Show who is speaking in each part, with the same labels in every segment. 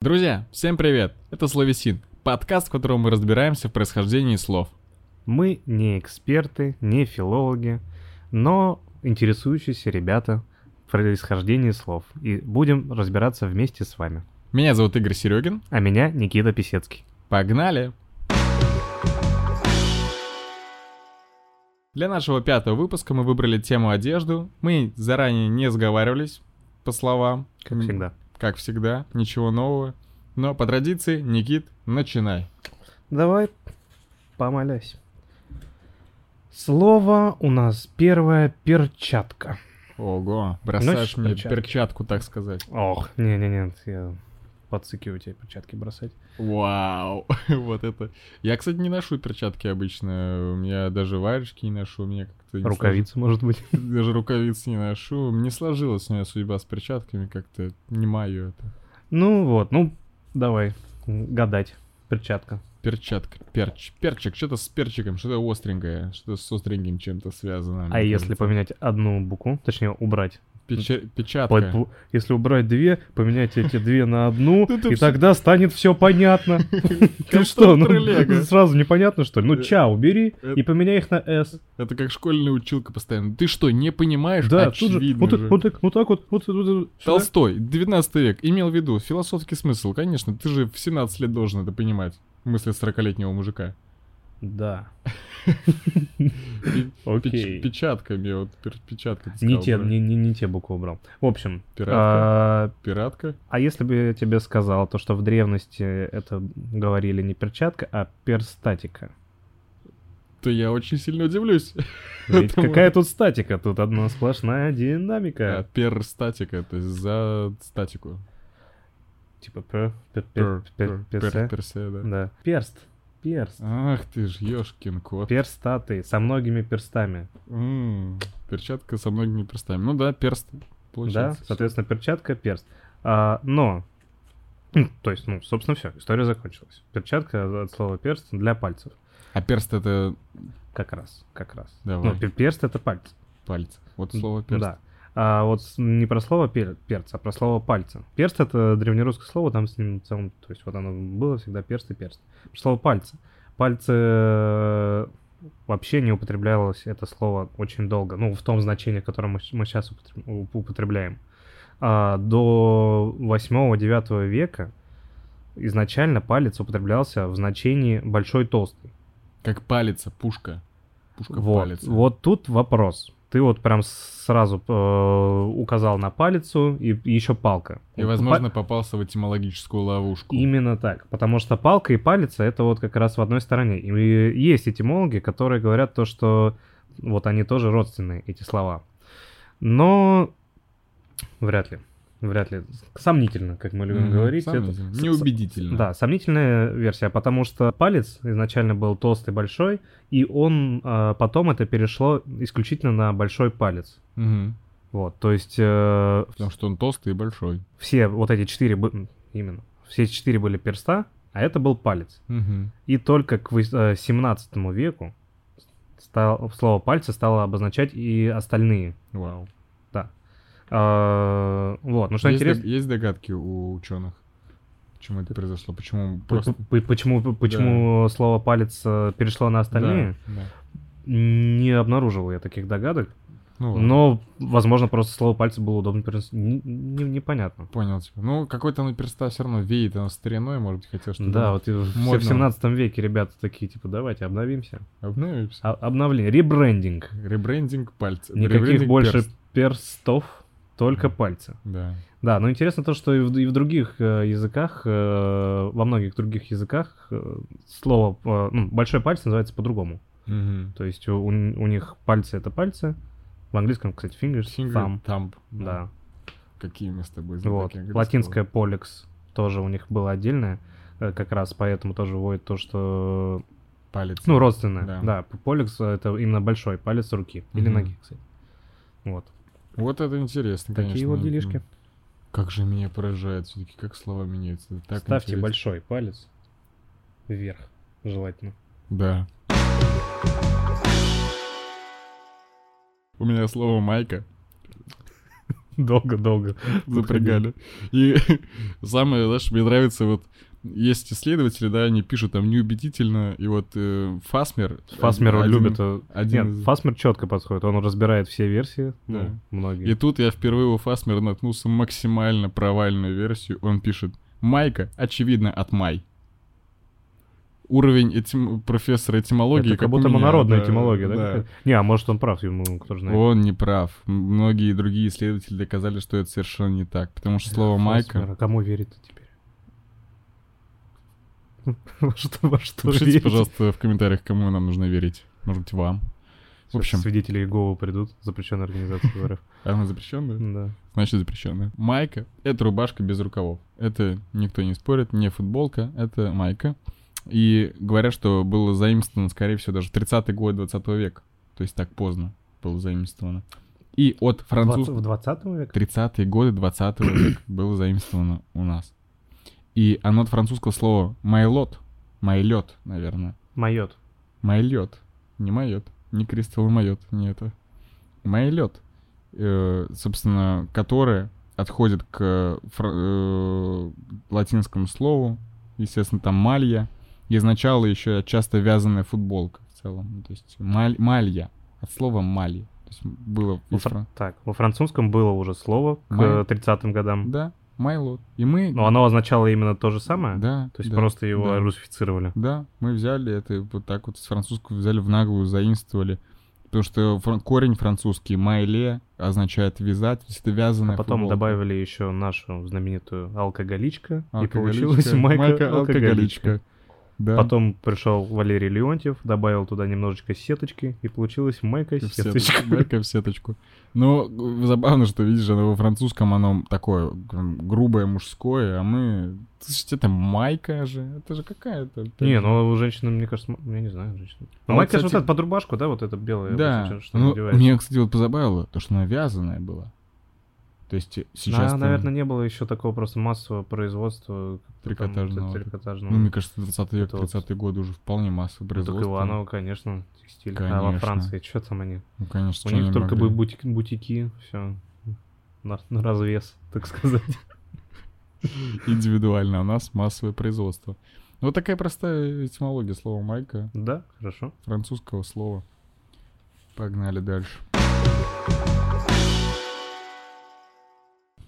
Speaker 1: Друзья, всем привет! Это Словесин, подкаст, в котором мы разбираемся в происхождении слов.
Speaker 2: Мы не эксперты, не филологи, но интересующиеся ребята в происхождении слов. И будем разбираться вместе с вами.
Speaker 1: Меня зовут Игорь Серегин.
Speaker 2: А меня Никита Писецкий.
Speaker 1: Погнали! Для нашего пятого выпуска мы выбрали тему одежду. Мы заранее не сговаривались по словам.
Speaker 2: Как
Speaker 1: М,
Speaker 2: всегда.
Speaker 1: Как всегда, ничего нового. Но по традиции, Никит, начинай.
Speaker 2: Давай помолясь. Слово у нас первое перчатка.
Speaker 1: Ого, бросаешь
Speaker 2: Носишь
Speaker 1: мне
Speaker 2: перчатки?
Speaker 1: перчатку, так сказать.
Speaker 2: Ох, не-не-не, я подсыкиваю тебе перчатки бросать.
Speaker 1: Вау, вот это. Я, кстати, не ношу перчатки обычно. У меня даже варежки не ношу, у меня как-то... не
Speaker 2: Рукавицы, может быть.
Speaker 1: сложилось. Даже рукавиц не ношу. Не сложилась у меня судьба с перчатками, как-то не мое это.
Speaker 2: Ну вот, ну давай гадать. Перчатка.
Speaker 1: Перчатка, перч, перчик, что-то с перчиком, что-то остренькое, что-то с остреньким чем-то связано.
Speaker 2: А если поменять одну букву, точнее убрать
Speaker 1: Печа- Печатка.
Speaker 2: Под- бу- если убрать две, поменять эти две на одну,
Speaker 1: Ну, ты
Speaker 2: и
Speaker 1: всё-
Speaker 2: тогда станет все понятно. Ты
Speaker 1: Конструктор
Speaker 2: что, ну,
Speaker 1: Лего.
Speaker 2: сразу непонятно, что ли? Ну,
Speaker 1: Э,
Speaker 2: ча, убери и
Speaker 1: это-
Speaker 2: поменяй их на «с».
Speaker 1: Это как школьная училка постоянно. Ты что, не понимаешь?
Speaker 2: Да, тут же,
Speaker 1: Очевидно
Speaker 2: вот так,
Speaker 1: же.
Speaker 2: вот так, вот так вот, вот, вот, вот, сюда.
Speaker 1: Толстой, 19 век, имел в виду философский смысл, конечно, ты же в 17 лет должен это понимать, мысли 40-летнего мужика.
Speaker 2: Да.
Speaker 1: Пе- печ-
Speaker 2: Окей.
Speaker 1: Печатками, вот, пер- печатка. ты
Speaker 2: Не
Speaker 1: сказал,
Speaker 2: те,
Speaker 1: да?
Speaker 2: не, не, не те буквы убрал. В общем,
Speaker 1: Пиратка?
Speaker 2: а,
Speaker 1: Пиратка?
Speaker 2: а если бы я тебе сказал то, что в древности это говорили не перчатка, а перстатика?
Speaker 1: То я очень сильно удивлюсь.
Speaker 2: Ведь
Speaker 1: Потому-
Speaker 2: какая тут статика? Тут одна сплошная динамика.
Speaker 1: Перстатика, то есть А, за статику.
Speaker 2: Типа пер, пер, пер,
Speaker 1: Пер-
Speaker 2: пер,
Speaker 1: пер-
Speaker 2: персе.
Speaker 1: пер- персе, да.
Speaker 2: Да. Перст. Перст.
Speaker 1: Ах ты ж, ёшкин кот.
Speaker 2: Перстаты. А. Со многими перстами.
Speaker 1: М, Перчатка со многими перстами. Ну да, перст.
Speaker 2: Да?
Speaker 1: Получается.
Speaker 2: Соответственно, перчатка, перст. А, но... М, То есть, ну, собственно, все, история закончилась. Перчатка от слова перст для пальцев.
Speaker 1: А перст это
Speaker 2: Как раз, как раз.
Speaker 1: Давай.
Speaker 2: Ну, пе- перст — это пальцы.
Speaker 1: палец. Вот слово перст.
Speaker 2: ну Да. А вот с- не про слово пер- перц, а про слово пальца. Перст — это древнерусское слово, там с ним в целом... То есть вот оно было всегда перст и перст. Про слово пальцы. Пальцы э, вообще не употреблялось это слово очень долго. Ну, в том значении, которое мы, сейчас употребляем. А, до 8-9 века изначально палец употреблялся в значении «большой толстый».
Speaker 1: Как палец, пушка. Пушка
Speaker 2: Вот,
Speaker 1: палец.
Speaker 2: вот тут вопрос. Ты вот прям с- сразу э, указал на палицу и еще палка.
Speaker 1: И,
Speaker 2: Вот
Speaker 1: возможно,
Speaker 2: па-
Speaker 1: попался в этимологическую ловушку.
Speaker 2: Именно так. Потому что палка и палица это вот как раз в одной стороне. И есть этимологи, которые говорят то, что вот они тоже родственные, эти слова. Но вряд ли. Вряд ли. Сомнительно, как мы любим
Speaker 1: Мгм,
Speaker 2: говорить. это-
Speaker 1: сомнительно.
Speaker 2: с- с-
Speaker 1: Неубедительно.
Speaker 2: да, сомнительная версия, потому что палец изначально был толстый большой, и он э, потом это перешло исключительно на большой палец.
Speaker 1: Мгм.
Speaker 2: Вот, то есть э,
Speaker 1: Потому что он толстый и большой.
Speaker 2: все вот эти четыре бы- м, именно все четыре были перста, а это был палец.
Speaker 1: Мгм.
Speaker 2: И только к выс- э, 17 веку стал, слово пальцы стало обозначать и остальные.
Speaker 1: Вау.
Speaker 2: Э, вот, ну что
Speaker 1: есть,
Speaker 2: интересно.
Speaker 1: дог- есть догадки у ученых, почему это произошло? Почему просто...
Speaker 2: п- п- Почему, почему слово палец э, перешло на остальные?
Speaker 1: Да, да.
Speaker 2: Не обнаружил я таких догадок.
Speaker 1: Ну, ладно.
Speaker 2: Но, возможно, просто слово пальцы было удобно переносить. Н- не- Непонятно.
Speaker 1: Понял тебя. Ну, какой-то оно перста все равно веет, оно стариной, может быть, хотел что-то
Speaker 2: Да, вот и в все в
Speaker 1: модно.
Speaker 2: 17 веке ребята такие, типа, давайте обновимся.
Speaker 1: обновимся.
Speaker 2: А- обновление, ребрендинг.
Speaker 1: Ну Ребрендинг пальцев.
Speaker 2: Никаких
Speaker 1: Ребрендинг
Speaker 2: больше
Speaker 1: перст.
Speaker 2: перстов, только пальцы.
Speaker 1: Да.
Speaker 2: Да, но интересно то, что и в, и в других э, языках, э, во многих других языках э, слово, э, ну, большой палец называется по-другому.
Speaker 1: Мгм.
Speaker 2: То есть у, у них пальцы — это пальцы. В английском, кстати, fingers,
Speaker 1: Finger
Speaker 2: thumb.
Speaker 1: thumb.
Speaker 2: Да.
Speaker 1: Какие мы с тобой знаем.
Speaker 2: Вот. Латинское поликс тоже у них было отдельное. э, Как раз поэтому тоже вводит то, что...
Speaker 1: Палец.
Speaker 2: Ну, родственное.
Speaker 1: Да.
Speaker 2: Да. п- поликс — это именно большой палец руки. Или
Speaker 1: Мгм.
Speaker 2: ноги, кстати. Вот.
Speaker 1: Вот это интересно,
Speaker 2: Такие
Speaker 1: конечно.
Speaker 2: вот делишки.
Speaker 1: Как же меня поражает все-таки, как слова меняются. Это Так
Speaker 2: Ставьте
Speaker 1: интересно.
Speaker 2: большой палец вверх, желательно.
Speaker 1: Да. У меня слово майка.
Speaker 2: Долго-долго.
Speaker 1: запрягали. И самое, знаешь, мне нравится вот есть исследователи, да, они пишут там неубедительно, и вот э, Фасмер...
Speaker 2: Фасмер
Speaker 1: один-
Speaker 2: любит. э,
Speaker 1: один
Speaker 2: Нет,
Speaker 1: из-
Speaker 2: Фасмер четко подходит. Он разбирает все версии, ну,
Speaker 1: Да.
Speaker 2: многие.
Speaker 1: И тут я впервые у Фасмера наткнулся на максимально провальную версию. Он пишет, Майка, очевидно, от Май. Уровень этим... профессора этимологии...
Speaker 2: Это как будто
Speaker 1: у меня,
Speaker 2: монородная
Speaker 1: да,
Speaker 2: этимология, да?
Speaker 1: да.
Speaker 2: какая-то? Не, а может он прав, ему кто же знает.
Speaker 1: Он не прав. М- Многие другие исследователи доказали, что это совершенно не так. Потому что слово Майка...
Speaker 2: Фосмер, а Кому верит теперь? Во что, во что
Speaker 1: Пишите,
Speaker 2: верить?
Speaker 1: пожалуйста, в комментариях, кому нам нужно верить. Может быть, вам. В
Speaker 2: Сейчас
Speaker 1: общем,
Speaker 2: Свидетели Иеговы придут, запрещенная организация в РФ.
Speaker 1: она запрещенная?
Speaker 2: Да.
Speaker 1: значит запрещенная. Майка — это рубашка без рукавов. Это никто не спорит, не футболка, это майка. И говорят, что было заимствовано, скорее всего, даже в 30-й год 20 века. То есть так поздно было заимствовано. И от французского...
Speaker 2: В 20 веке?
Speaker 1: 30-е годы 20 века было заимствовано у нас. И оно от французского слова «майлот». «Майлет», наверное.
Speaker 2: Майот.
Speaker 1: Майлет. Не майот. Не крестовый майот. Не это. Майлет. Э, собственно, которое отходит к фра- э, латинскому слову. Естественно, там малья. И изначало еще часто вязаная футболка в целом. Ну, То есть маль- малья. От слова малья. То есть было...
Speaker 2: Во
Speaker 1: из
Speaker 2: Ну, фра-
Speaker 1: фран-
Speaker 2: Так, во французском было уже слово к
Speaker 1: Май-
Speaker 2: э, 30-м годам.
Speaker 1: Да, майлот. И мы...
Speaker 2: Но оно означало именно то же самое?
Speaker 1: да,
Speaker 2: Ну, То есть
Speaker 1: да.
Speaker 2: просто его
Speaker 1: да.
Speaker 2: русифицировали.
Speaker 1: Да, мы взяли это вот так вот с французского взяли в наглую, заимствовали. Потому что фран- корень французский «майле» означает «вязать», то есть это вязаная
Speaker 2: А потом
Speaker 1: футболка.
Speaker 2: добавили еще нашу знаменитую алкоголичка,
Speaker 1: Алкоголичка.
Speaker 2: и получилась майка, алкоголичка.
Speaker 1: алкоголичка. Да,
Speaker 2: Потом пришел Валерий Леонтьев, добавил туда немножечко сеточки, и получилась майка
Speaker 1: в сет-
Speaker 2: сеточка.
Speaker 1: майка в сеточку. Но э, забавно, что, видишь, оно во французском оно такое г- грубое, мужское, а мы... Слушайте, это майка же, это же какая-то... опять
Speaker 2: Не,
Speaker 1: же.
Speaker 2: ну у женщины, мне кажется, м- я не знаю, женщина.
Speaker 1: А
Speaker 2: Ну,
Speaker 1: вот,
Speaker 2: майка же вот
Speaker 1: кстати-
Speaker 2: эта под рубашку, да, вот это белая,
Speaker 1: Да,
Speaker 2: обычно, что
Speaker 1: ну,
Speaker 2: надевается.
Speaker 1: меня, кстати, вот позабавило, то, что она вязаная была. То есть э, сейчас...
Speaker 2: Да,
Speaker 1: там-
Speaker 2: наверное, не было еще такого просто массового производства как там,
Speaker 1: Трикотажного
Speaker 2: вот это
Speaker 1: вот
Speaker 2: трикотажного.
Speaker 1: Ну, мне кажется, 20 век,
Speaker 2: это вот-
Speaker 1: 30-е годы уже вполне массовое
Speaker 2: Ну, так
Speaker 1: производство.
Speaker 2: Иванова, конечно, текстиль. А во
Speaker 1: Конечно.
Speaker 2: Франции, что там они?
Speaker 1: Ну, конечно,
Speaker 2: У
Speaker 1: чё
Speaker 2: них
Speaker 1: они
Speaker 2: только
Speaker 1: могли?
Speaker 2: бы бутик- бутики, все. На, на развес, так сказать.
Speaker 1: Индивидуально, а у нас массовое производство. Ну, Вот такая простая этимология слова майка,
Speaker 2: Да, хорошо.
Speaker 1: французского слова. Погнали дальше.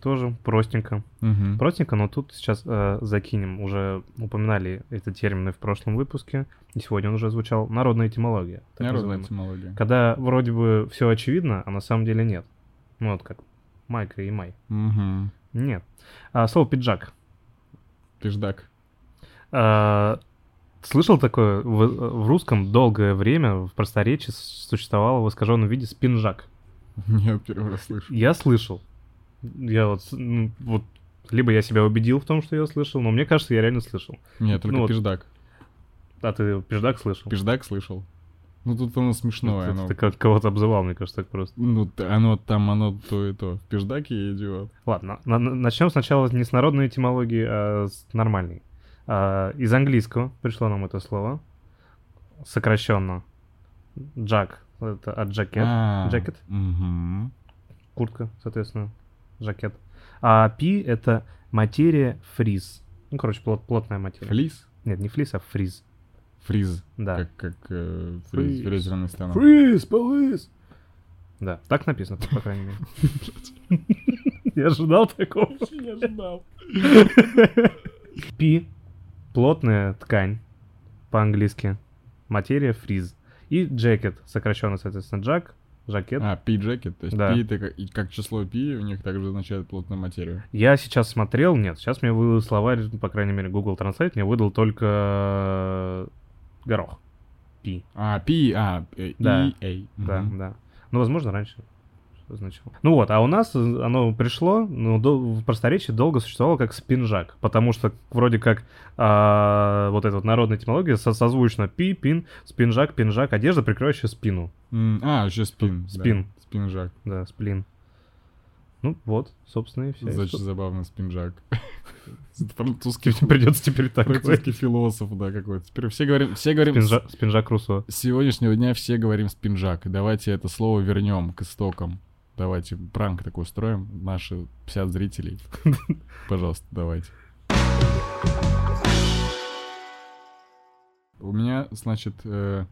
Speaker 2: Тоже простенько.
Speaker 1: Мгм.
Speaker 2: Простенько, но тут сейчас э, закинем. Уже упоминали этот термин и в прошлом выпуске, и сегодня он уже звучал. Народная этимология. так
Speaker 1: Народная
Speaker 2: называемая.
Speaker 1: этимология.
Speaker 2: Когда вроде бы все очевидно, а на самом деле нет. Ну вот как майка и май.
Speaker 1: Мгм.
Speaker 2: Нет. А, слово пиджак.
Speaker 1: Пиждак.
Speaker 2: А, слышал такое? В, в русском долгое время в просторечии с- существовало в искаженном виде спинжак.
Speaker 1: Я первый раз слышу.
Speaker 2: Я слышал. Я вот, с- ну, вот либо я себя убедил в том, что я слышал, но мне кажется, я реально слышал.
Speaker 1: Нет, только
Speaker 2: Ну вот.
Speaker 1: пиждак.
Speaker 2: А ты пиждак слышал?
Speaker 1: Пиждак слышал. Ну, тут оно смешное.
Speaker 2: Ты-
Speaker 1: оно-
Speaker 2: Ты как кого-то обзывал, мне кажется, так просто.
Speaker 1: Ну, т- оно там, оно то и то. В пиждаке я идиот.
Speaker 2: Ладно, на- на- начнем сначала не с народной этимологии, а с нормальной. А, Из английского пришло нам это слово. Сокращенно. Джак. Это от жакет.
Speaker 1: А,
Speaker 2: Джекет?
Speaker 1: мгм.
Speaker 2: Куртка, соответственно. Жакет. А пи — это материя фриз. Ну, короче, плот- плотная материя.
Speaker 1: Флис?
Speaker 2: Нет, не фриз, а фриз.
Speaker 1: Фриз.
Speaker 2: Да.
Speaker 1: Как, как э,
Speaker 2: Фриз.
Speaker 1: фриз, фрезерный станок.
Speaker 2: Фриз, полис! Да, так написано, по крайней мере. Я ожидал такого.
Speaker 1: Я ждал.
Speaker 2: Пи – плотная ткань по-английски, материя – фриз. И джекет, сокращенно, соответственно, джак, жакет.
Speaker 1: А, пи-джекет, то есть
Speaker 2: Да.
Speaker 1: пи это как, и как число пи, у них также означает плотную материю.
Speaker 2: Я сейчас смотрел, нет, сейчас мне выдал словарь, по крайней мере, Google Translate мне выдал только горох. Пи,
Speaker 1: А, пи, а, э,
Speaker 2: Да.
Speaker 1: и, эй.
Speaker 2: да,
Speaker 1: Мгм.
Speaker 2: да. Ну, возможно, раньше что значило. Ну вот, а у нас э, оно пришло, ну, до- в просторечии долго существовало как спинжак, потому что вроде как а, вот эта вот народная технология созвучно пи, пин, спинжак, пинжак, одежда, прикрывающая спину.
Speaker 1: М, А, еще спин. да.
Speaker 2: Спин.
Speaker 1: Спинжак.
Speaker 2: Да, сплин. Ну вот, собственно, и все.
Speaker 1: Значит, забавно, спинжак. Французский,
Speaker 2: придется теперь так говорить.
Speaker 1: французский философ, да, какой-то. Теперь все говорим, все говорим... с-
Speaker 2: Спинжа- Спинжак Руссо.
Speaker 1: С сегодняшнего дня все говорим спинжак. Давайте это слово вернем к истокам. Давайте пранк такой устроим. Наши 50 зрителей. Пожалуйста, давайте. У меня, значит, э,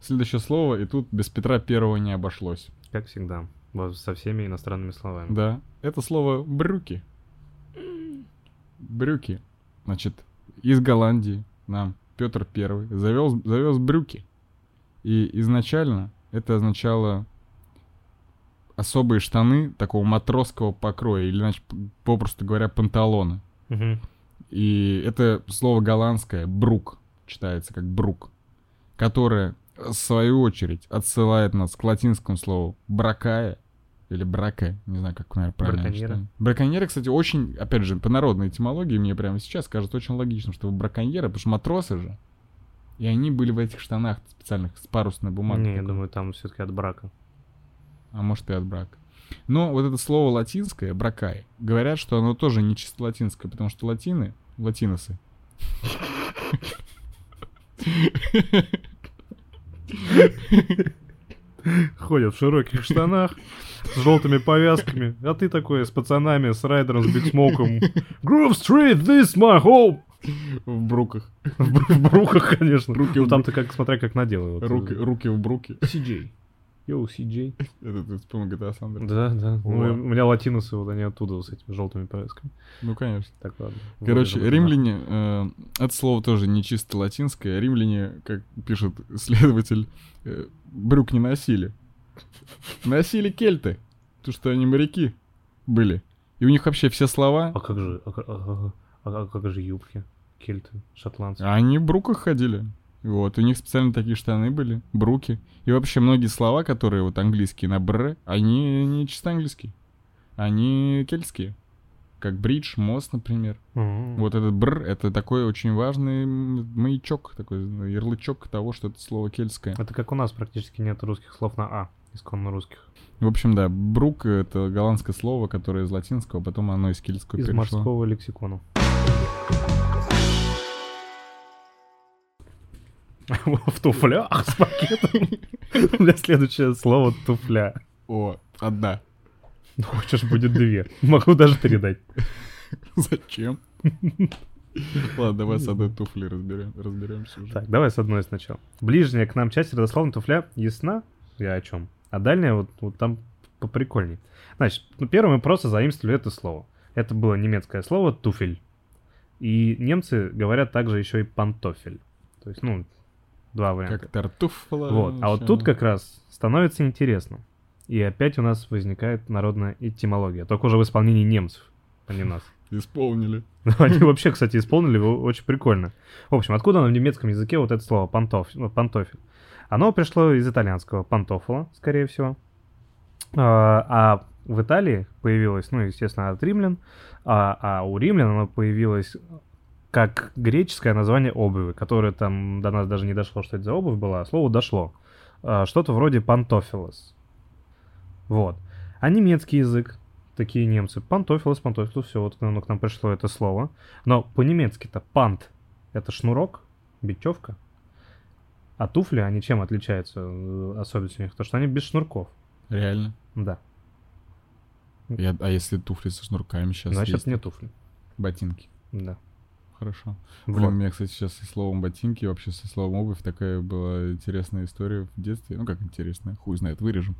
Speaker 1: следующее слово, и тут без Петра Первого не обошлось.
Speaker 2: Как всегда. во- Со всеми иностранными словами.
Speaker 1: Да, это слово брюки. Брюки. Значит, из Голландии нам Петр Первый завез, завез брюки. И изначально это означало особые штаны такого матросского покроя, или, значит, п- попросту говоря, панталоны.
Speaker 2: Мгм.
Speaker 1: И это слово голландское «брук» читается как «брук», которое, в свою очередь, отсылает нас к латинскому слову «бракая» или «браке», не знаю, как, наверное, правильно
Speaker 2: Браконьеры.
Speaker 1: читаю. Браконьеры, кстати, очень, опять же, по народной этимологии мне прямо сейчас кажется очень логичным, что браконьеры, потому что матросы же, и они были в этих штанах специальных с парусной бумагой.
Speaker 2: Не, я
Speaker 1: такой.
Speaker 2: думаю, там все-таки от брака.
Speaker 1: А может и от брака. Но вот это слово латинское, бракай, говорят, что оно тоже не чисто латинское, потому что латины, латиносы.
Speaker 2: Ходят в широких штанах, с желтыми повязками. А ты такой с пацанами, с райдером, с бигсмоком. Groove Street, this my home!
Speaker 1: В бруках.
Speaker 2: В, бру- в бруках, конечно.
Speaker 1: Руки
Speaker 2: ну,
Speaker 1: в
Speaker 2: там ты как, смотря как наделают.
Speaker 1: Руки, руки в бруки.
Speaker 2: CJ. Йоу, CJ.
Speaker 1: Это ты вспомнил А GTA San Andreas?
Speaker 2: Да, да. Ну,
Speaker 1: Во.
Speaker 2: у меня латиносы, вот они оттуда с этими желтыми повязками.
Speaker 1: Ну, конечно.
Speaker 2: Так, ладно.
Speaker 1: Короче,
Speaker 2: Вырежем это
Speaker 1: римляне, э, это слово тоже не чисто латинское. Римляне, как пишет следователь, э, брюк не носили. Носили кельты, потому что они моряки были. И у них вообще все слова...
Speaker 2: нахуй. А как же, а, как- а- а- а как же юбки? Кельты, шотландцы.
Speaker 1: А Они в бруках ходили. Вот, у них специально такие штаны были, бруки. И вообще многие слова, которые вот английские на бр, они не чисто английские. Они кельтские. Как бридж, мост, например.
Speaker 2: М.
Speaker 1: Вот этот бр, это такой очень важный м, маячок, такой ну, ярлычок того, что это слово кельтское.
Speaker 2: Это как у нас практически нет русских слов на А, исконно русских.
Speaker 1: В общем, да, брук — это голландское слово, которое из латинского, а потом оно из кельтского
Speaker 2: Из
Speaker 1: перешло.
Speaker 2: морского лексикона. В туфлях с пакетом. У меня следующее слово туфля.
Speaker 1: О, одна.
Speaker 2: Ну, хочешь, будет две. Могу даже три дать.
Speaker 1: Зачем? Ладно, давай
Speaker 2: Не
Speaker 1: с одной туфли разберем, разберемся уже.
Speaker 2: Так, давай с одной сначала. Ближняя к нам часть родословной туфля ясна. Я о чем? А дальняя вот, вот там поприкольней. Значит, ну, первым мы просто заимствовали это слово. Это было немецкое слово туфель. И немцы говорят также еще и пантофель. То есть, ну, два варианта.
Speaker 1: Как тартуфла.
Speaker 2: Вот. А вот
Speaker 1: всё.
Speaker 2: тут как раз становится интересно. И опять у нас возникает народная этимология. Только уже в исполнении немцев, а не нас.
Speaker 1: Исполнили.
Speaker 2: Ну, Они вообще, кстати, исполнили его очень прикольно. В общем, откуда оно в немецком языке вот это слово пантоф, ну, пантофель? Оно пришло из итальянского пантофола, скорее всего. А а в Италии появилось, ну, естественно, от римлян, а, а у римлян оно появилось как греческое название обуви, которое там до нас даже не дошло, что это за обувь была, а слово дошло. А, Что-то вроде пантофилос. Вот. А немецкий язык, такие немцы, пантофилос, пантофилос, все, вот оно к нам пришло это слово. Но по-немецки-то пант — это шнурок, бечевка. А туфли, они чем отличаются? э, Особенность у них то, что они без шнурков.
Speaker 1: Реально.
Speaker 2: Да.
Speaker 1: Я- а если туфли со шнурками сейчас?
Speaker 2: Значит,
Speaker 1: есть?
Speaker 2: не туфли.
Speaker 1: Ботинки.
Speaker 2: Да.
Speaker 1: Хорошо.
Speaker 2: Вот.
Speaker 1: Блин, у меня, кстати, сейчас со словом ботинки, вообще со словом обувь такая была интересная история в детстве. Ну, как интересная, хуй знает, вырежем.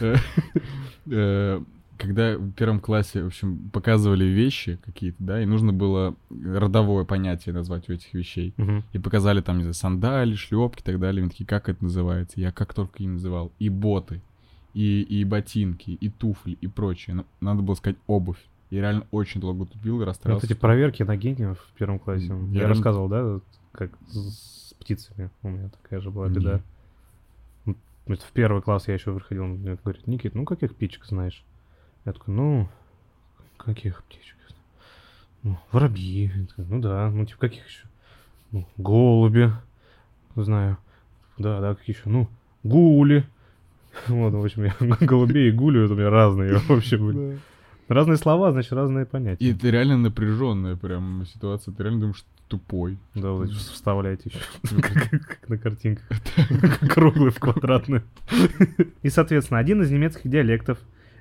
Speaker 1: Э, э, Когда в первом классе, в общем, показывали вещи какие-то, да, и нужно было родовое понятие назвать у этих вещей.
Speaker 2: Мгм.
Speaker 1: И показали там, не знаю, сандали, шлепки и так далее. И Они такие, как это называется? Я как только и называл. И боты, и, и ботинки, и туфли, и прочее. Но надо было сказать обувь. Я реально очень долго тупил и
Speaker 2: Вот
Speaker 1: расстраивался.
Speaker 2: эти Ну, проверки на гениев в первом классе.
Speaker 1: М,
Speaker 2: Я,
Speaker 1: я
Speaker 2: рассказывал, да, как с с птицами. У меня такая же была
Speaker 1: Не.
Speaker 2: беда. Ну, это В первый класс я еще выходил, он мне говорит, Никит, ну каких птичек знаешь? Я такой, ну, каких птичек? Ну, воробьи. Я такой, Ну да, ну типа каких еще? Ну, голуби, знаю. Да, да, какие еще? Ну, гули. Вот, в общем, я голубей и гули вот у меня разные вообще были.
Speaker 1: Да.
Speaker 2: Разные слова, значит, разные понятия.
Speaker 1: И это реально напряженная прям ситуация. Ты реально думаешь, что ты тупой.
Speaker 2: Да, вот эти вставляете еще.
Speaker 1: Ну,
Speaker 2: Как как на картинках. Круглый в квадратную. И, соответственно, один из немецких диалектов,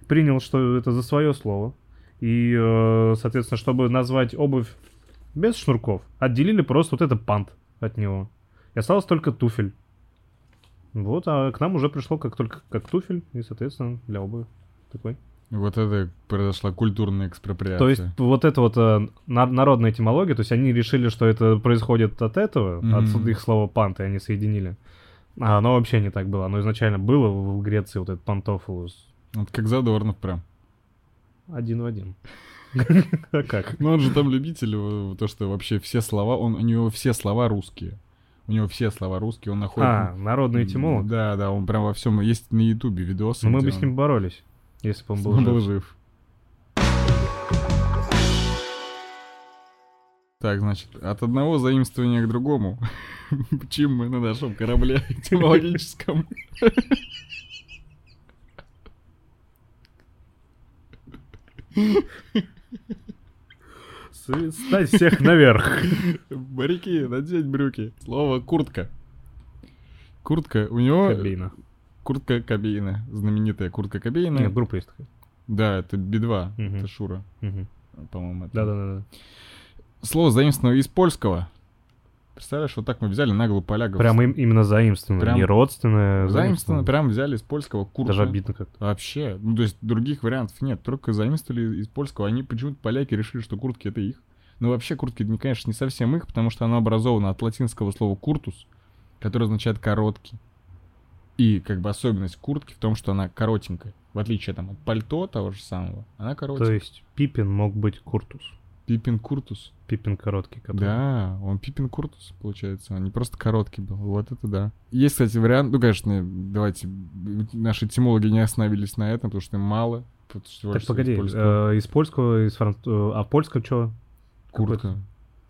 Speaker 2: принял, что это за свое слово. И, э, соответственно, чтобы назвать обувь без шнурков, отделили просто вот этот пант от него. И осталось только туфель. Вот, а к нам уже пришло как только как туфель, и, соответственно, для обуви такой.
Speaker 1: Вот это произошла культурная экспроприация.
Speaker 2: То есть вот это вот э, на- народная этимология, то есть они решили, что это происходит от этого,
Speaker 1: Мгм.
Speaker 2: от их слова пант, и они соединили. А оно вообще не так было. Оно изначально было в Греции, вот этот пантофилус.
Speaker 1: Вот как Задорнов прям.
Speaker 2: Один в один. А как?
Speaker 1: Ну он же там любитель, э, то, что вообще все слова, он, у него все слова русские. У него все слова русские, он находит...
Speaker 2: А, народный этимолог.
Speaker 1: Да, да, он прям во всем. Есть на Ютубе видосы.
Speaker 2: Но мы
Speaker 1: где
Speaker 2: бы с
Speaker 1: он-
Speaker 2: ним боролись, если бы он был
Speaker 1: Он
Speaker 2: жив.
Speaker 1: был жив. Так, значит, от одного заимствования к другому. Чем мы на нашем корабле технологическом?
Speaker 2: Стать всех наверх.
Speaker 1: Моряки, надеть брюки. Слово куртка. Куртка, у него...
Speaker 2: Кабина.
Speaker 1: Куртка Кобейна. Знаменитая куртка Кобейна.
Speaker 2: Нет, группа есть такая.
Speaker 1: Да, это Би-2,
Speaker 2: Мгм.
Speaker 1: это Шура,
Speaker 2: Мгм.
Speaker 1: по-моему. это.
Speaker 2: Да-да-да.
Speaker 1: Слово заимствованное из польского. Представляешь, вот так мы взяли нагло поляков.
Speaker 2: Прям им- именно заимствовано.
Speaker 1: Прям-
Speaker 2: Не родственное,
Speaker 1: Заимствовано, прям взяли из польского куртка.
Speaker 2: Даже обидно как-то.
Speaker 1: Вообще, ну то есть других вариантов нет, только заимствовали из польского. Они почему-то поляки решили, что куртки это их. Но вообще куртки, не- конечно, не совсем их, потому что оно образовано от латинского слова куртус, которое означает короткий. И как бы особенность куртки в том, что она коротенькая. В отличие там от пальто того же самого, она
Speaker 2: То
Speaker 1: коротенькая.
Speaker 2: есть Пипин мог быть Куртус.
Speaker 1: Пипин куртус.
Speaker 2: Пипин короткий, который...
Speaker 1: Да, он Пипин Куртус, получается. Он не просто короткий был. Вот это да. Есть, кстати, вариант. Ну, конечно, давайте. Наши этимологи не остановились на этом, потому что им мало. потому что
Speaker 2: Так
Speaker 1: творчество
Speaker 2: погоди,
Speaker 1: польское.
Speaker 2: э, из польского, из франц... э, А польского что?
Speaker 1: Куртка.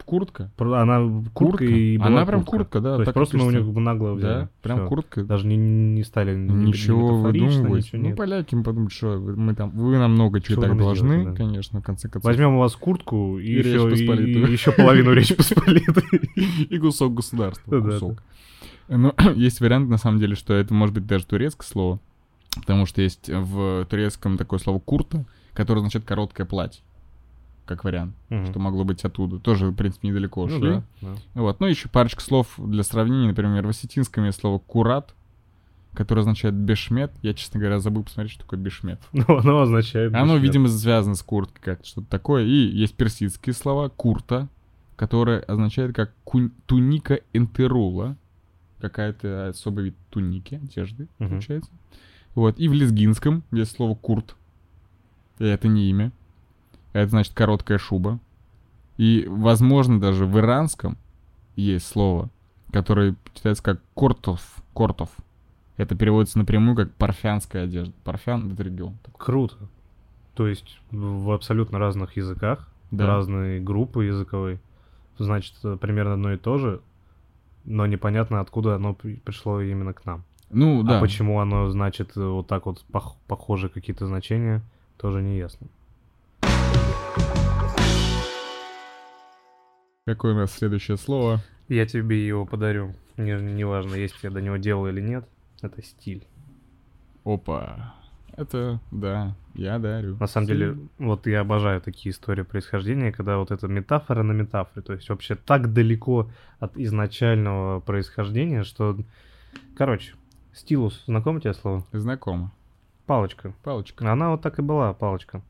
Speaker 1: Куртка?
Speaker 2: Она э, куртка
Speaker 1: Куртка.
Speaker 2: и была
Speaker 1: Она прям куртка, да.
Speaker 2: То есть
Speaker 1: так и
Speaker 2: просто мы у
Speaker 1: пишется.
Speaker 2: них нагло взяли.
Speaker 1: Да, прям
Speaker 2: Всё.
Speaker 1: куртка.
Speaker 2: Даже не, не стали ни- ни
Speaker 1: ничего
Speaker 2: метафорично,
Speaker 1: выдумывать.
Speaker 2: ничего
Speaker 1: ну,
Speaker 2: нет.
Speaker 1: поляки им подумают, что вы- мы там, вы нам много чего,
Speaker 2: Чего
Speaker 1: так
Speaker 2: нам сделать,
Speaker 1: должны,
Speaker 2: да.
Speaker 1: конечно, в конце концов.
Speaker 2: Возьмем у вас куртку и,
Speaker 1: И Речь
Speaker 2: еще, и-
Speaker 1: Посполитую.
Speaker 2: и еще половину Речи Посполитой.
Speaker 1: и кусок государства.
Speaker 2: Да, да,
Speaker 1: кусок. Но есть вариант, на самом деле, что это может быть даже турецкое слово, потому что есть в турецком такое слово курта, которое означает короткое платье, как вариант, что
Speaker 2: Мгм.
Speaker 1: могло быть оттуда. Тоже, в принципе, недалеко
Speaker 2: Ну
Speaker 1: ушли.
Speaker 2: да, да.
Speaker 1: Вот. Ну, еще парочка слов для сравнения. Например, в осетинском есть слово курат, которое означает бешмет. Я, честно говоря, забыл посмотреть, что такое бешмет.
Speaker 2: Ну, оно означает...
Speaker 1: Оно,
Speaker 2: бешмет.
Speaker 1: видимо, связано с курткой как-то, что-то такое. И есть персидские слова «курта», которые означает как кун- туника энтерула, какая-то особый вид туники, одежды,
Speaker 2: Мгм.
Speaker 1: получается. Вот. И в лезгинском есть слово «курт», и это не имя. Это значит «короткая шуба». И, возможно, даже в иранском есть слово, которое читается как «кортов», «кортов». Это переводится напрямую как «парфянская одежда». Парфян — это регион.
Speaker 2: Круто. То есть в абсолютно разных языках,
Speaker 1: Да.
Speaker 2: разные группы языковые, значит, э, примерно одно и то же, но непонятно, откуда оно при- пришло именно к нам.
Speaker 1: Ну, да.
Speaker 2: А почему оно, значит, э, вот так вот пох- похожи какие-то значения, тоже не ясно.
Speaker 1: Какое у нас следующее слово?
Speaker 2: Я тебе его подарю. Не- Неважно, есть я до него дело или нет, это стиль.
Speaker 1: Опа. Это, да, я дарю.
Speaker 2: На самом деле, вот я обожаю такие истории происхождения, когда вот эта метафора на метафоре, то есть вообще так далеко от изначального происхождения, что... Короче, стилус, знакомо тебе слово?
Speaker 1: Знакомо.
Speaker 2: Палочка.
Speaker 1: Палочка.
Speaker 2: Она вот так и была, палочка.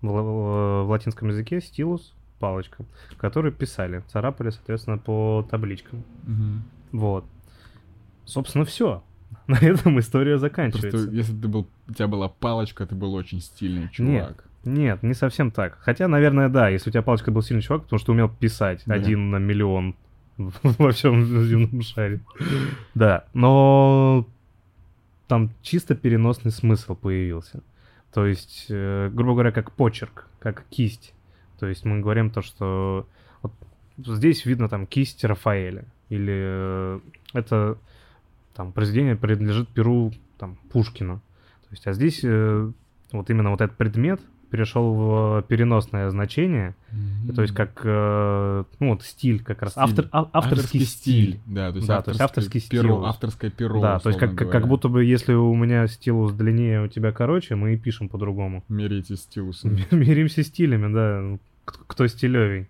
Speaker 2: В, л- в латинском языке стилус, палочка, которую писали, царапали, соответственно, по табличкам.
Speaker 1: Мгм.
Speaker 2: Вот. Собственно, все. На этом история заканчивается.
Speaker 1: Просто если ты был, у тебя была палочка, ты был очень стильный чувак.
Speaker 2: Нет, не совсем так. Хотя, наверное, да, если у тебя палочка был сильный чувак, потому что умел писать
Speaker 1: Да.
Speaker 2: один на миллион во всем земном шаре. Да, но там чисто переносный смысл появился. То есть, э, грубо говоря, как почерк, как кисть. То есть мы говорим то, что вот здесь видно там кисть Рафаэля. Или э, это там произведение принадлежит перу там Пушкина. То есть, а здесь э, вот именно вот этот предмет перешел в переносное значение,
Speaker 1: Мгм.
Speaker 2: то есть как э, ну вот стиль как раз
Speaker 1: Стиль.
Speaker 2: автор, а- авторский, стиль.
Speaker 1: Да, то есть,
Speaker 2: Да, то есть авторский стиль.
Speaker 1: перо, авторское перо.
Speaker 2: да, то есть как,
Speaker 1: условно
Speaker 2: как, как
Speaker 1: говоря.
Speaker 2: будто бы если у меня стилус длиннее, у тебя короче, мы и пишем по-другому.
Speaker 1: Мерите стилусами.
Speaker 2: Миримся стилями, да, ну, к- кто стилевей.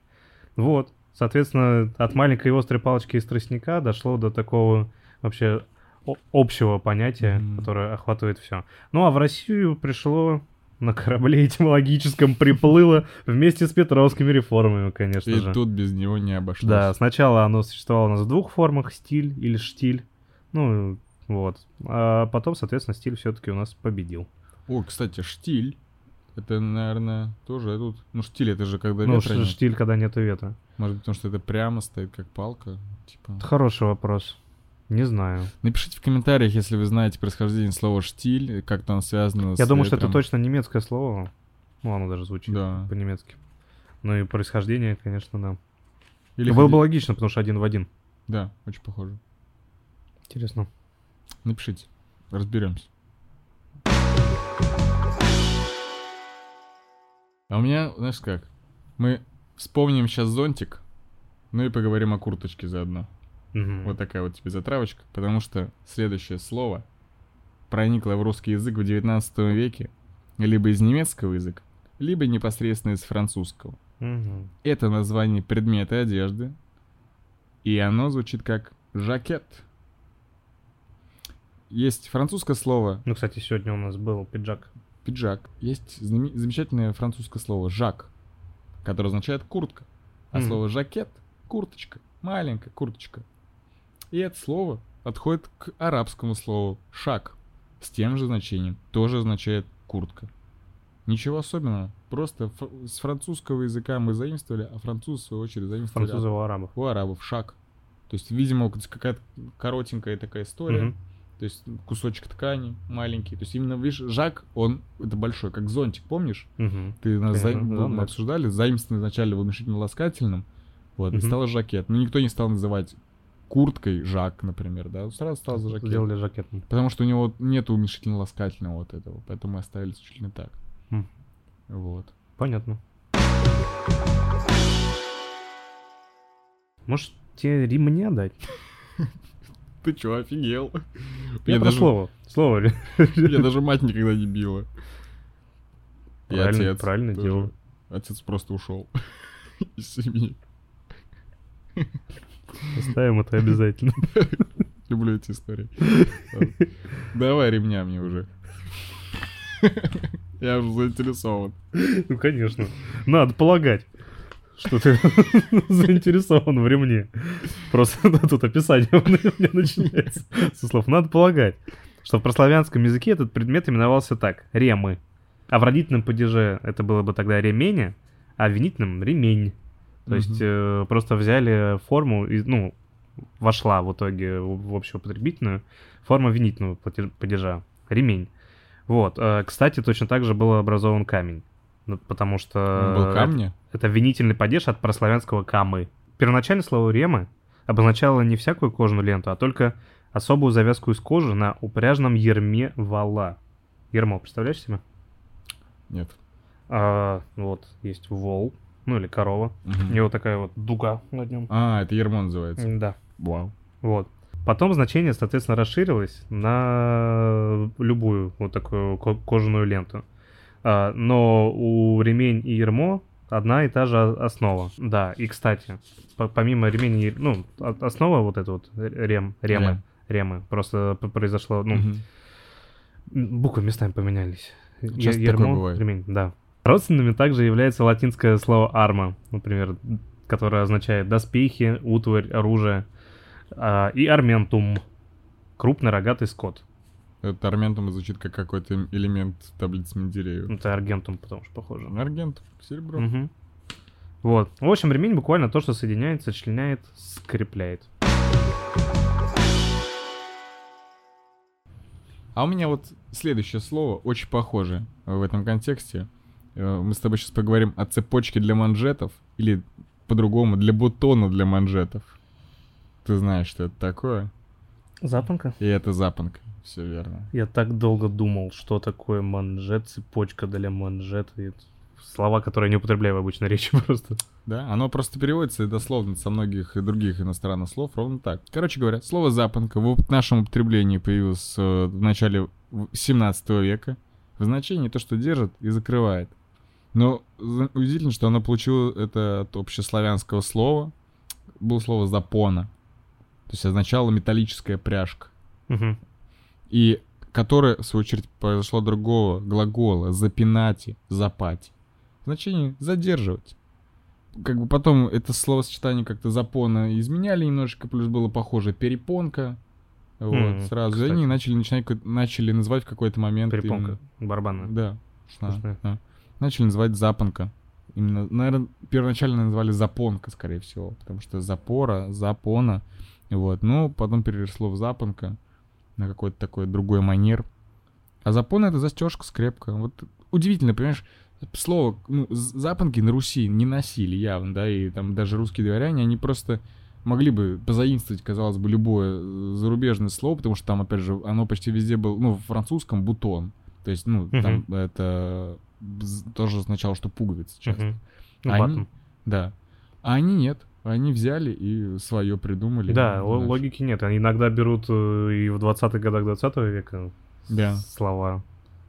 Speaker 2: Вот, соответственно, от маленькой острой палочки из тростника дошло до такого вообще о- общего понятия,
Speaker 1: Мгм.
Speaker 2: которое охватывает все. Ну а в Россию пришло на корабле этимологическом приплыло вместе с петровскими реформами, конечно
Speaker 1: И
Speaker 2: же.
Speaker 1: тут без него не обошлось.
Speaker 2: Да, сначала оно существовало у нас в двух формах, стиль или штиль. Ну, вот. А потом, соответственно, стиль все-таки у нас победил.
Speaker 1: О, кстати, штиль. Это, наверное, тоже тут... Ну, штиль, это же когда
Speaker 2: ну,
Speaker 1: ветра
Speaker 2: ш-
Speaker 1: нет.
Speaker 2: штиль, когда нету ветра.
Speaker 1: Может быть, потому что это прямо стоит, как палка. Типа...
Speaker 2: Это хороший вопрос. Не знаю.
Speaker 1: Напишите в комментариях, если вы знаете происхождение слова штиль, как там связано с
Speaker 2: Я думаю, что это
Speaker 1: ветром.
Speaker 2: точно немецкое слово. Ну, оно даже звучит
Speaker 1: Да.
Speaker 2: по-немецки. Ну и происхождение, конечно, да.
Speaker 1: Или
Speaker 2: Было
Speaker 1: ходи-
Speaker 2: бы логично, потому что один в один.
Speaker 1: Да, очень похоже.
Speaker 2: Интересно.
Speaker 1: Напишите. Разберемся. А у меня, знаешь как? Мы вспомним сейчас зонтик, ну и поговорим о курточке заодно.
Speaker 2: Мгм.
Speaker 1: Вот такая вот тебе затравочка, потому что следующее слово проникло в русский язык в 19 веке либо из немецкого языка, либо непосредственно из французского.
Speaker 2: Мгм.
Speaker 1: Это название предмета одежды, и оно звучит как жакет. Есть французское слово
Speaker 2: Ну, кстати, сегодня у нас был пиджак.
Speaker 1: пиджак, есть знаме- замечательное французское слово жак, которое означает куртка, а
Speaker 2: Мгм.
Speaker 1: слово жакет курточка, маленькая курточка. И это слово отходит к арабскому слову шак с тем же значением, тоже означает куртка. Ничего особенного, просто фр- с французского языка мы заимствовали, а французы в свою очередь заимствовали
Speaker 2: Французы у арабов.
Speaker 1: у арабов шаг. То есть, видимо, вот какая-то коротенькая такая история.
Speaker 2: Мгм.
Speaker 1: То есть кусочек ткани маленький. То есть именно, видишь, жак, он это большой, как зонтик, помнишь?
Speaker 2: Мгм.
Speaker 1: Ты нас за-
Speaker 2: Мгм, да,
Speaker 1: мы
Speaker 2: да.
Speaker 1: обсуждали, заимствовали вначале в уменьшительно-ласкательном. Вот, и
Speaker 2: Мгм.
Speaker 1: стало жакет. Но никто не стал называть курткой жак, например, да? Сразу стал за жакет.
Speaker 2: Сделали жакетом.
Speaker 1: Потому что у него нет уменьшительно-ласкательного вот этого. Поэтому мы оставили исключительно так.
Speaker 2: Мгм.
Speaker 1: Вот.
Speaker 2: Понятно. Может, тебе ремня дать?
Speaker 1: Ты чё, офигел?
Speaker 2: Я, про
Speaker 1: даже-
Speaker 2: слово. Слово. ре-
Speaker 1: Меня даже мать никогда не била. И
Speaker 2: Правильно-
Speaker 1: отец
Speaker 2: правильно
Speaker 1: тоже.
Speaker 2: делал.
Speaker 1: Отец просто ушел из семьи.
Speaker 2: Оставим это обязательно.
Speaker 1: Люблю эти истории. Ладно. Давай ремня мне уже. Я уже заинтересован.
Speaker 2: Ну, конечно. Надо полагать, что ты заинтересован в ремне. Просто тут описание у меня начинается со слов. Надо полагать, что в прославянском языке этот предмет именовался так. Ремы. А в родительном падеже это было бы тогда ременя, а в винительном — ремень. То есть
Speaker 1: Мгм.
Speaker 2: э, просто взяли форму, из- ну, вошла в итоге в в общеупотребительную форма винительного плате- падежа. Ремень. Вот. э, Кстати, точно так же был образован камень. Ну, Потому
Speaker 1: Он
Speaker 2: что...
Speaker 1: Был камня?
Speaker 2: Это винительный падеж от прославянского камы. Первоначально слово «ремы» обозначало не всякую кожаную ленту, а только особую завязку из кожи на упряжном ерме вала. Ермо, представляешь себе?
Speaker 1: Нет.
Speaker 2: А, вот, есть вол, ну или корова. У
Speaker 1: Мгм.
Speaker 2: него такая вот дуга над нем.
Speaker 1: А, это ермо называется.
Speaker 2: Да.
Speaker 1: Вау.
Speaker 2: Вот. Потом значение, соответственно, расширилось на любую вот такую ко- кожаную ленту. А, Но у ремень и ермо одна и та же о- основа. Да, и, кстати, по- помимо ремень и... ер- Ну, о- основа вот эта вот э, рем, ремы,
Speaker 1: Рем.
Speaker 2: ремы. Просто п- произошло... Ну,
Speaker 1: Мгм.
Speaker 2: м, буквы местами поменялись. Е-
Speaker 1: Часто такое бывает.
Speaker 2: ремень, да. Родственными также является латинское слово «арма», например, которое означает «доспехи», «утварь», «оружие», а, и «арментум» — крупный рогатый скот.
Speaker 1: Это арментум звучит как какой-то элемент таблицы Менделеева.
Speaker 2: Ну, Это «аргентум», потому что похоже.
Speaker 1: Аргент, серебро.
Speaker 2: Мгм. Вот. В общем, ремень буквально то, что соединяет, сочленяет, скрепляет.
Speaker 1: А у меня вот следующее слово очень похоже э, в этом контексте. Э, Мы с тобой сейчас поговорим о цепочке для манжетов или по-другому для бутона для манжетов. Ты знаешь, что это такое?
Speaker 2: Запонка?
Speaker 1: И это запонка. Все верно.
Speaker 2: Я так долго думал, что такое манжет, цепочка для манжета. и это- слова, которые я не употребляю в обычной речи просто.
Speaker 1: Да, оно просто переводится дословно со многих и других иностранных слов ровно так. Короче говоря, слово «запонка» в уп- нашем употреблении появилось э, в начале в- 17 века в значении то, что держит и закрывает. Но за- удивительно, что оно получило это от общеславянского слова, было слово «запона», то есть означало «металлическая пряжка»
Speaker 2: Мгм.
Speaker 1: и которое, в свою очередь, произошло от другого глагола «запинати», «запать». Значение «задерживать». Как бы потом это словосочетание как-то запона изменяли немножечко, плюс было похоже «перепонка». Вот,
Speaker 2: М,
Speaker 1: сразу. И
Speaker 2: кстати.
Speaker 1: они начали, начинать, ка- начали называть в какой-то момент...
Speaker 2: Перепонка
Speaker 1: именно-
Speaker 2: барабанная.
Speaker 1: да. шна,
Speaker 2: Шна.
Speaker 1: да. Начали называть запонка. Именно, наверное, первоначально назвали запонка, скорее всего, потому что запора, запона, вот. Но потом переросло в запонка на какой-то такой другой манер. А запона — это застежка, скрепка. Вот удивительно, понимаешь, слово, ну, з- запонки на Руси не носили явно, да, и там даже русские дворяне, они просто могли бы позаимствовать, казалось бы, любое э, зарубежное слово, потому что там, опять же, оно почти везде было, ну, в французском бутон. То есть, ну, там это бз- тоже означало, что пуговица часто. А
Speaker 2: Мгм. Ну,
Speaker 1: Они-
Speaker 2: батон.
Speaker 1: Да. А они нет. Они взяли и свое придумали.
Speaker 2: Да, ло-
Speaker 1: Дальше.
Speaker 2: логики нет. Они иногда берут э, и в 20-х годах 20 века с-
Speaker 1: Да.
Speaker 2: слова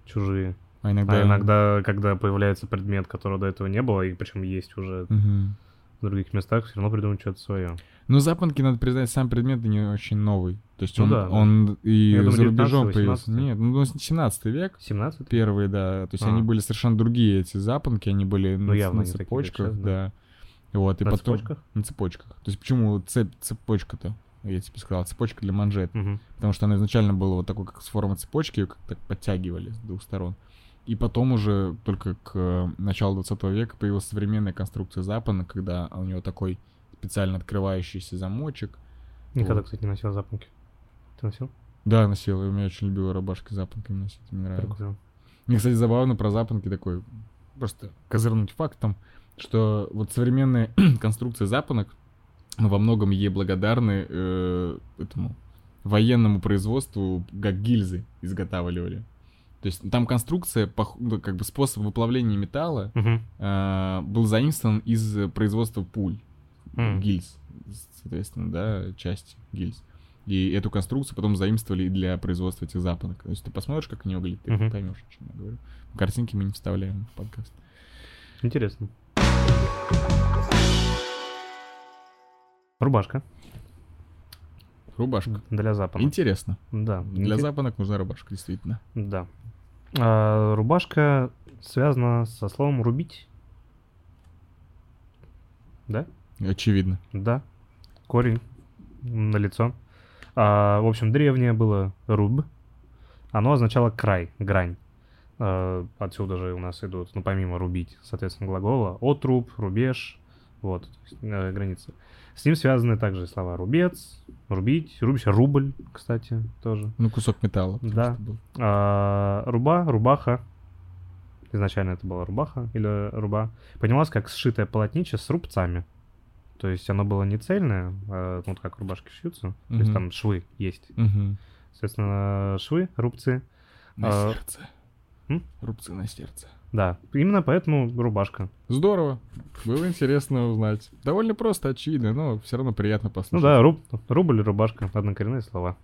Speaker 2: чужие.
Speaker 1: А
Speaker 2: А
Speaker 1: иногда...
Speaker 2: иногда, когда появляется предмет, которого до этого не было, и причем есть уже
Speaker 1: Мгм.
Speaker 2: в других местах, все равно придумать что-то свое.
Speaker 1: Но запонки, надо признать, сам предмет не очень новый. То есть
Speaker 2: Ну
Speaker 1: он,
Speaker 2: да, да.
Speaker 1: он и
Speaker 2: Я думаю,
Speaker 1: за рубежом
Speaker 2: 19-й,
Speaker 1: появился.
Speaker 2: 18-й.
Speaker 1: Нет, ну 17 век
Speaker 2: 17?
Speaker 1: первые, да. То есть они
Speaker 2: А.
Speaker 1: были совершенно другие, эти запонки, они были
Speaker 2: Ну,
Speaker 1: на,
Speaker 2: явно
Speaker 1: на
Speaker 2: они такие, как
Speaker 1: цепочках,
Speaker 2: сейчас,
Speaker 1: да. Вот, и
Speaker 2: На
Speaker 1: потом...
Speaker 2: цепочках?
Speaker 1: На цепочках. То есть почему цепь, цепочка-то? Я тебе сказал, цепочка для манжет.
Speaker 2: Мгм.
Speaker 1: Потому что она изначально была вот такой, как с формой цепочки, ее как-то подтягивали с двух сторон. И потом уже только к э, началу 20 века появилась современная конструкция запана, когда у него такой специально открывающийся замочек.
Speaker 2: Никогда,
Speaker 1: Вот.
Speaker 2: кстати, не носил запонки. Ты носил?
Speaker 1: Да, носил, я у меня очень любила рубашки с запонками носить, мне нравилось.
Speaker 2: Прикольно.
Speaker 1: Мне, кстати, забавно про запонки такой, просто козырнуть фактом, что вот современная конструкция запонок, мы во многом ей благодарны э, этому военному производству, как гильзы изготавливали. То есть там конструкция, пох- ну, как бы способ выплавления металла
Speaker 2: Мгм.
Speaker 1: э, был заимствован из э, производства пуль,
Speaker 2: М.
Speaker 1: гильз, соответственно, да, части гильз. И эту конструкцию потом заимствовали и для производства этих запонок. То есть ты посмотришь, как они выглядят, ты
Speaker 2: Мгм.
Speaker 1: поймешь, о чем я говорю. Картинки мы не вставляем в подкаст.
Speaker 2: Интересно. Рубашка
Speaker 1: Рубашка.
Speaker 2: для запана.
Speaker 1: Интересно.
Speaker 2: Да.
Speaker 1: Для
Speaker 2: интерес-
Speaker 1: запонок нужна рубашка, действительно.
Speaker 2: Да. А, рубашка связана со словом рубить. Да?
Speaker 1: Очевидно.
Speaker 2: Да. Корень на лицо. А, в общем, древнее было руб. Оно означало край, грань. А, отсюда же у нас идут, ну, помимо рубить, соответственно, глагола отруб, рубеж, вот, то есть, э, границы. С ним связаны также слова рубец, рубить, рубище, рубль, кстати, тоже.
Speaker 1: Ну, кусок металла. потому
Speaker 2: Да.
Speaker 1: что был.
Speaker 2: А, руба, рубаха. Изначально это была рубаха или руба. Понималась как сшитое полотнище с рубцами. То есть оно было не цельное, а, ну, вот как рубашки шьются. То есть
Speaker 1: Мгм.
Speaker 2: там швы есть.
Speaker 1: Мгм.
Speaker 2: Соответственно, швы, рубцы.
Speaker 1: На
Speaker 2: А,
Speaker 1: сердце.
Speaker 2: м?
Speaker 1: Рубцы на сердце.
Speaker 2: Да, именно поэтому рубашка.
Speaker 1: Здорово. Было интересно узнать. Довольно просто, очевидно, но все равно приятно
Speaker 2: Ну
Speaker 1: послушать.
Speaker 2: да, руб, рубль, рубашка, однокоренные слова.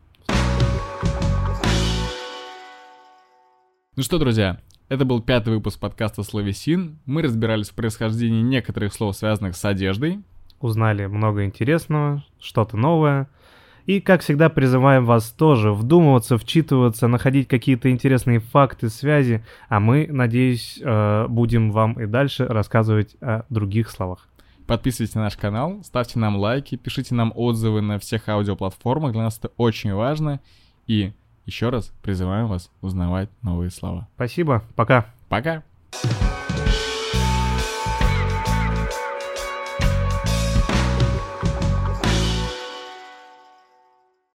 Speaker 1: Ну что, друзья, это был пятый выпуск подкаста «Словесин». Мы разбирались в происхождении некоторых слов, связанных с одеждой.
Speaker 2: Узнали много интересного, что-то новое. И, как всегда, призываем вас тоже вдумываться, вчитываться, находить какие-то интересные факты, связи. А мы, надеюсь, э, будем вам и дальше рассказывать о других словах.
Speaker 1: Подписывайтесь на наш канал, ставьте нам лайки, пишите нам отзывы на всех аудиоплатформах. Для нас это очень важно. И еще раз призываем вас узнавать новые слова.
Speaker 2: Спасибо, пока.
Speaker 1: Пока!